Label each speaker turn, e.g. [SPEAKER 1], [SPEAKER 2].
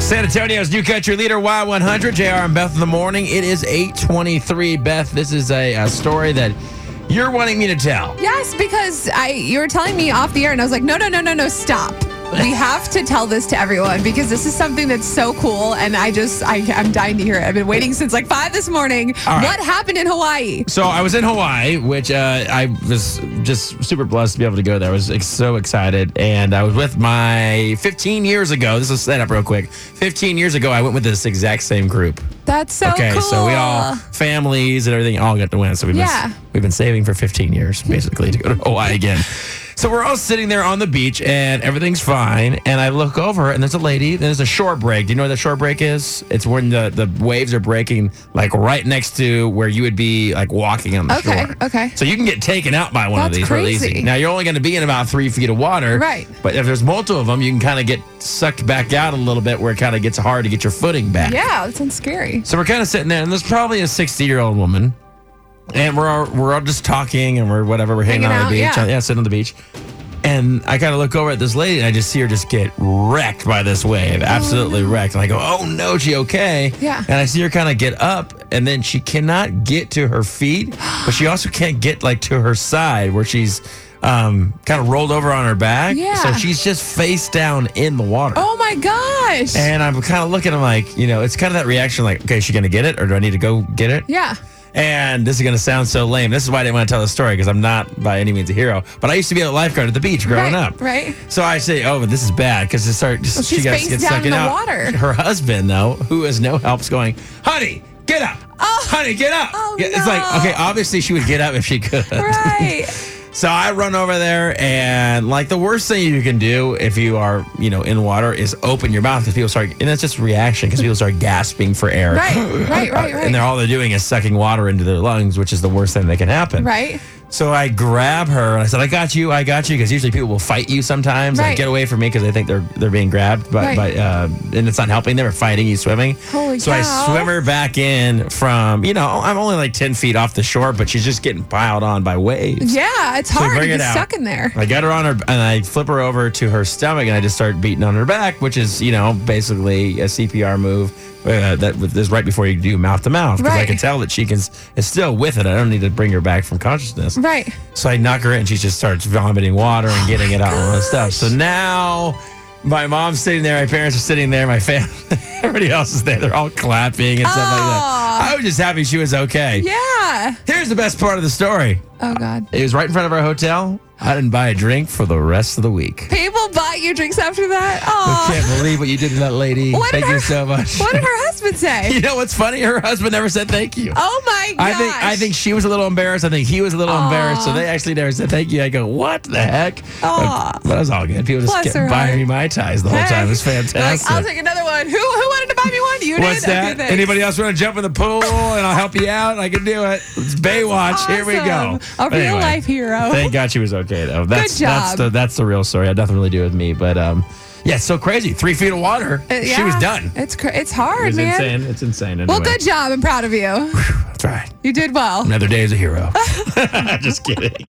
[SPEAKER 1] San Antonio's new country leader, Y100, JR and Beth in the morning. It is 823. Beth, this is a, a story that you're wanting me to tell.
[SPEAKER 2] Yes, because I you were telling me off the air, and I was like, no, no, no, no, no, stop. We have to tell this to everyone because this is something that's so cool, and I just I, I'm dying to hear it. I've been waiting since like five this morning.
[SPEAKER 1] All right.
[SPEAKER 2] What happened in Hawaii?
[SPEAKER 1] So I was in Hawaii, which uh, I was just super blessed to be able to go there. I was ex- so excited, and I was with my 15 years ago. This is set up real quick. 15 years ago, I went with this exact same group.
[SPEAKER 2] That's so
[SPEAKER 1] okay,
[SPEAKER 2] cool.
[SPEAKER 1] so we all families and everything all got to win. So we've
[SPEAKER 2] Yeah.
[SPEAKER 1] been, we've been saving for 15 years basically to go to Hawaii again. So we're all sitting there on the beach and everything's fine. And I look over and there's a lady. And there's a shore break. Do you know what the shore break is? It's when the the waves are breaking like right next to where you would be like walking on the
[SPEAKER 2] Okay,
[SPEAKER 1] shore.
[SPEAKER 2] okay.
[SPEAKER 1] So you can get taken out by one of
[SPEAKER 2] That's
[SPEAKER 1] these really easy.
[SPEAKER 2] crazy.
[SPEAKER 1] Now you're only going to be in about three feet of water.
[SPEAKER 2] Right.
[SPEAKER 1] But if there's multiple of them, you can kind of get sucked back out a little bit where it kind of gets hard to get your footing back.
[SPEAKER 2] Yeah, that sounds scary.
[SPEAKER 1] So we're kind of sitting there, and there's probably a 60 year old woman, and we're all, we're all just talking and we're whatever, we're hanging,
[SPEAKER 2] Hanging
[SPEAKER 1] out on the
[SPEAKER 2] out,
[SPEAKER 1] beach,
[SPEAKER 2] yeah.
[SPEAKER 1] yeah. sitting on the beach. And I kind of look over at this lady, and I just see her just get wrecked by this wave, absolutely wrecked. And I go, "Oh no, she okay?"
[SPEAKER 2] Oh, Yeah.
[SPEAKER 1] And I see her kind of get up, and then she cannot get to her feet, but she also can't get like to her side where she's um, kind of rolled over on her back. So
[SPEAKER 2] Yeah.
[SPEAKER 1] she's just face down in the water.
[SPEAKER 2] Oh my gosh.
[SPEAKER 1] And I'm kind of looking, I'm like, you know, it's kind of that reaction like, okay, is she going to get it or do I need to go get it?
[SPEAKER 2] yeah.
[SPEAKER 1] And this is going to sound so lame. This is why I didn't want to tell the story because I'm not by any means a hero. But I used to be a lifeguard at the beach growing
[SPEAKER 2] Right,
[SPEAKER 1] up.
[SPEAKER 2] right.
[SPEAKER 1] So I say, oh, but this is bad because it started, she
[SPEAKER 2] she's
[SPEAKER 1] got
[SPEAKER 2] face
[SPEAKER 1] gets
[SPEAKER 2] down
[SPEAKER 1] sucked
[SPEAKER 2] in the
[SPEAKER 1] out.
[SPEAKER 2] water.
[SPEAKER 1] Her husband, though, who is no help's going, honey, get up.
[SPEAKER 2] Oh.
[SPEAKER 1] honey, get up.
[SPEAKER 2] Oh,
[SPEAKER 1] Yeah, It's
[SPEAKER 2] no.
[SPEAKER 1] like, okay, obviously she would get up if she could.
[SPEAKER 2] Right.
[SPEAKER 1] So I run over there, and like the worst thing you can do if you are, you know, in water is open your mouth because people start, and that's just reaction because people start gasping for air.
[SPEAKER 2] Right, right, right, right.
[SPEAKER 1] And they're all they're doing is sucking water into their lungs, which is the worst thing that can happen.
[SPEAKER 2] right.
[SPEAKER 1] So I grab her and I said, "I got you, I got you," because usually people will fight you sometimes.
[SPEAKER 2] Right.
[SPEAKER 1] Like, get away from me because they think they're they're being grabbed, but
[SPEAKER 2] Right.
[SPEAKER 1] but uh, and it's not helping them or fighting you swimming.
[SPEAKER 2] Holy
[SPEAKER 1] so
[SPEAKER 2] cow.
[SPEAKER 1] I swim her back in from you know I'm only like ten feet off the shore, but she's just getting piled on by waves.
[SPEAKER 2] Yeah, it's
[SPEAKER 1] So
[SPEAKER 2] hard to
[SPEAKER 1] bring it
[SPEAKER 2] get
[SPEAKER 1] out.
[SPEAKER 2] stuck in there.
[SPEAKER 1] I got her on her and I flip her over to her stomach and I just start beating on her back, which is, you know, basically a CPR move uh, that is right before you do mouth to mouth. Because I
[SPEAKER 2] Right.
[SPEAKER 1] can tell that she can, is still with it. I don't need to bring her back from consciousness.
[SPEAKER 2] Right. Oh
[SPEAKER 1] So I knock her in and she just starts vomiting water and getting it out and all this stuff. So now my mom's sitting there, my parents are sitting there, my family, everybody else is there. They're all clapping and stuff like that.
[SPEAKER 2] Aw.
[SPEAKER 1] I was just happy she was okay.
[SPEAKER 2] Yeah.
[SPEAKER 1] Here's the best part of the story.
[SPEAKER 2] Oh God.
[SPEAKER 1] It was right in front of our hotel. I didn't buy a drink for the rest of the week.
[SPEAKER 2] People bought you drinks after that. Oh.
[SPEAKER 1] Can't believe what you did to that lady.
[SPEAKER 2] What did
[SPEAKER 1] thank you
[SPEAKER 2] her-
[SPEAKER 1] so much.
[SPEAKER 2] What did her husband say?
[SPEAKER 1] you know what's funny? Her husband never said thank you.
[SPEAKER 2] Oh my gosh.
[SPEAKER 1] I think I think she was a little embarrassed. I think he was a little embarrassed. So they actually never said thank you. I go, what the heck?
[SPEAKER 2] Aw.
[SPEAKER 1] But that was all good. People just
[SPEAKER 2] Bless her
[SPEAKER 1] kept buying
[SPEAKER 2] heart.
[SPEAKER 1] me my ties the whole time. It was
[SPEAKER 2] Hey.
[SPEAKER 1] fantastic.
[SPEAKER 2] Like, I'll take another one. Who who wanted to buy me one? You did.
[SPEAKER 1] What's
[SPEAKER 2] Okay,
[SPEAKER 1] that?
[SPEAKER 2] thanks.
[SPEAKER 1] Anybody else want to jump in the pool and I'll help you out? I can do it. It's Baywatch. Here we go.
[SPEAKER 2] Awesome. A
[SPEAKER 1] But
[SPEAKER 2] real
[SPEAKER 1] anyway.
[SPEAKER 2] life hero.
[SPEAKER 1] Thank God she was okay though. That's
[SPEAKER 2] Oh. Good job.
[SPEAKER 1] that's the that's the real story. Had nothing really to do with me, but um, yeah, it's so crazy. Three feet of water.
[SPEAKER 2] Uh,
[SPEAKER 1] She
[SPEAKER 2] yeah.
[SPEAKER 1] was done.
[SPEAKER 2] It's cr- it's
[SPEAKER 1] It
[SPEAKER 2] hard,
[SPEAKER 1] was
[SPEAKER 2] man.
[SPEAKER 1] insane. It's insane. Anyway.
[SPEAKER 2] Well, good job. I'm proud of you.
[SPEAKER 1] That's right.
[SPEAKER 2] You did well.
[SPEAKER 1] Another day as a hero. Just kidding.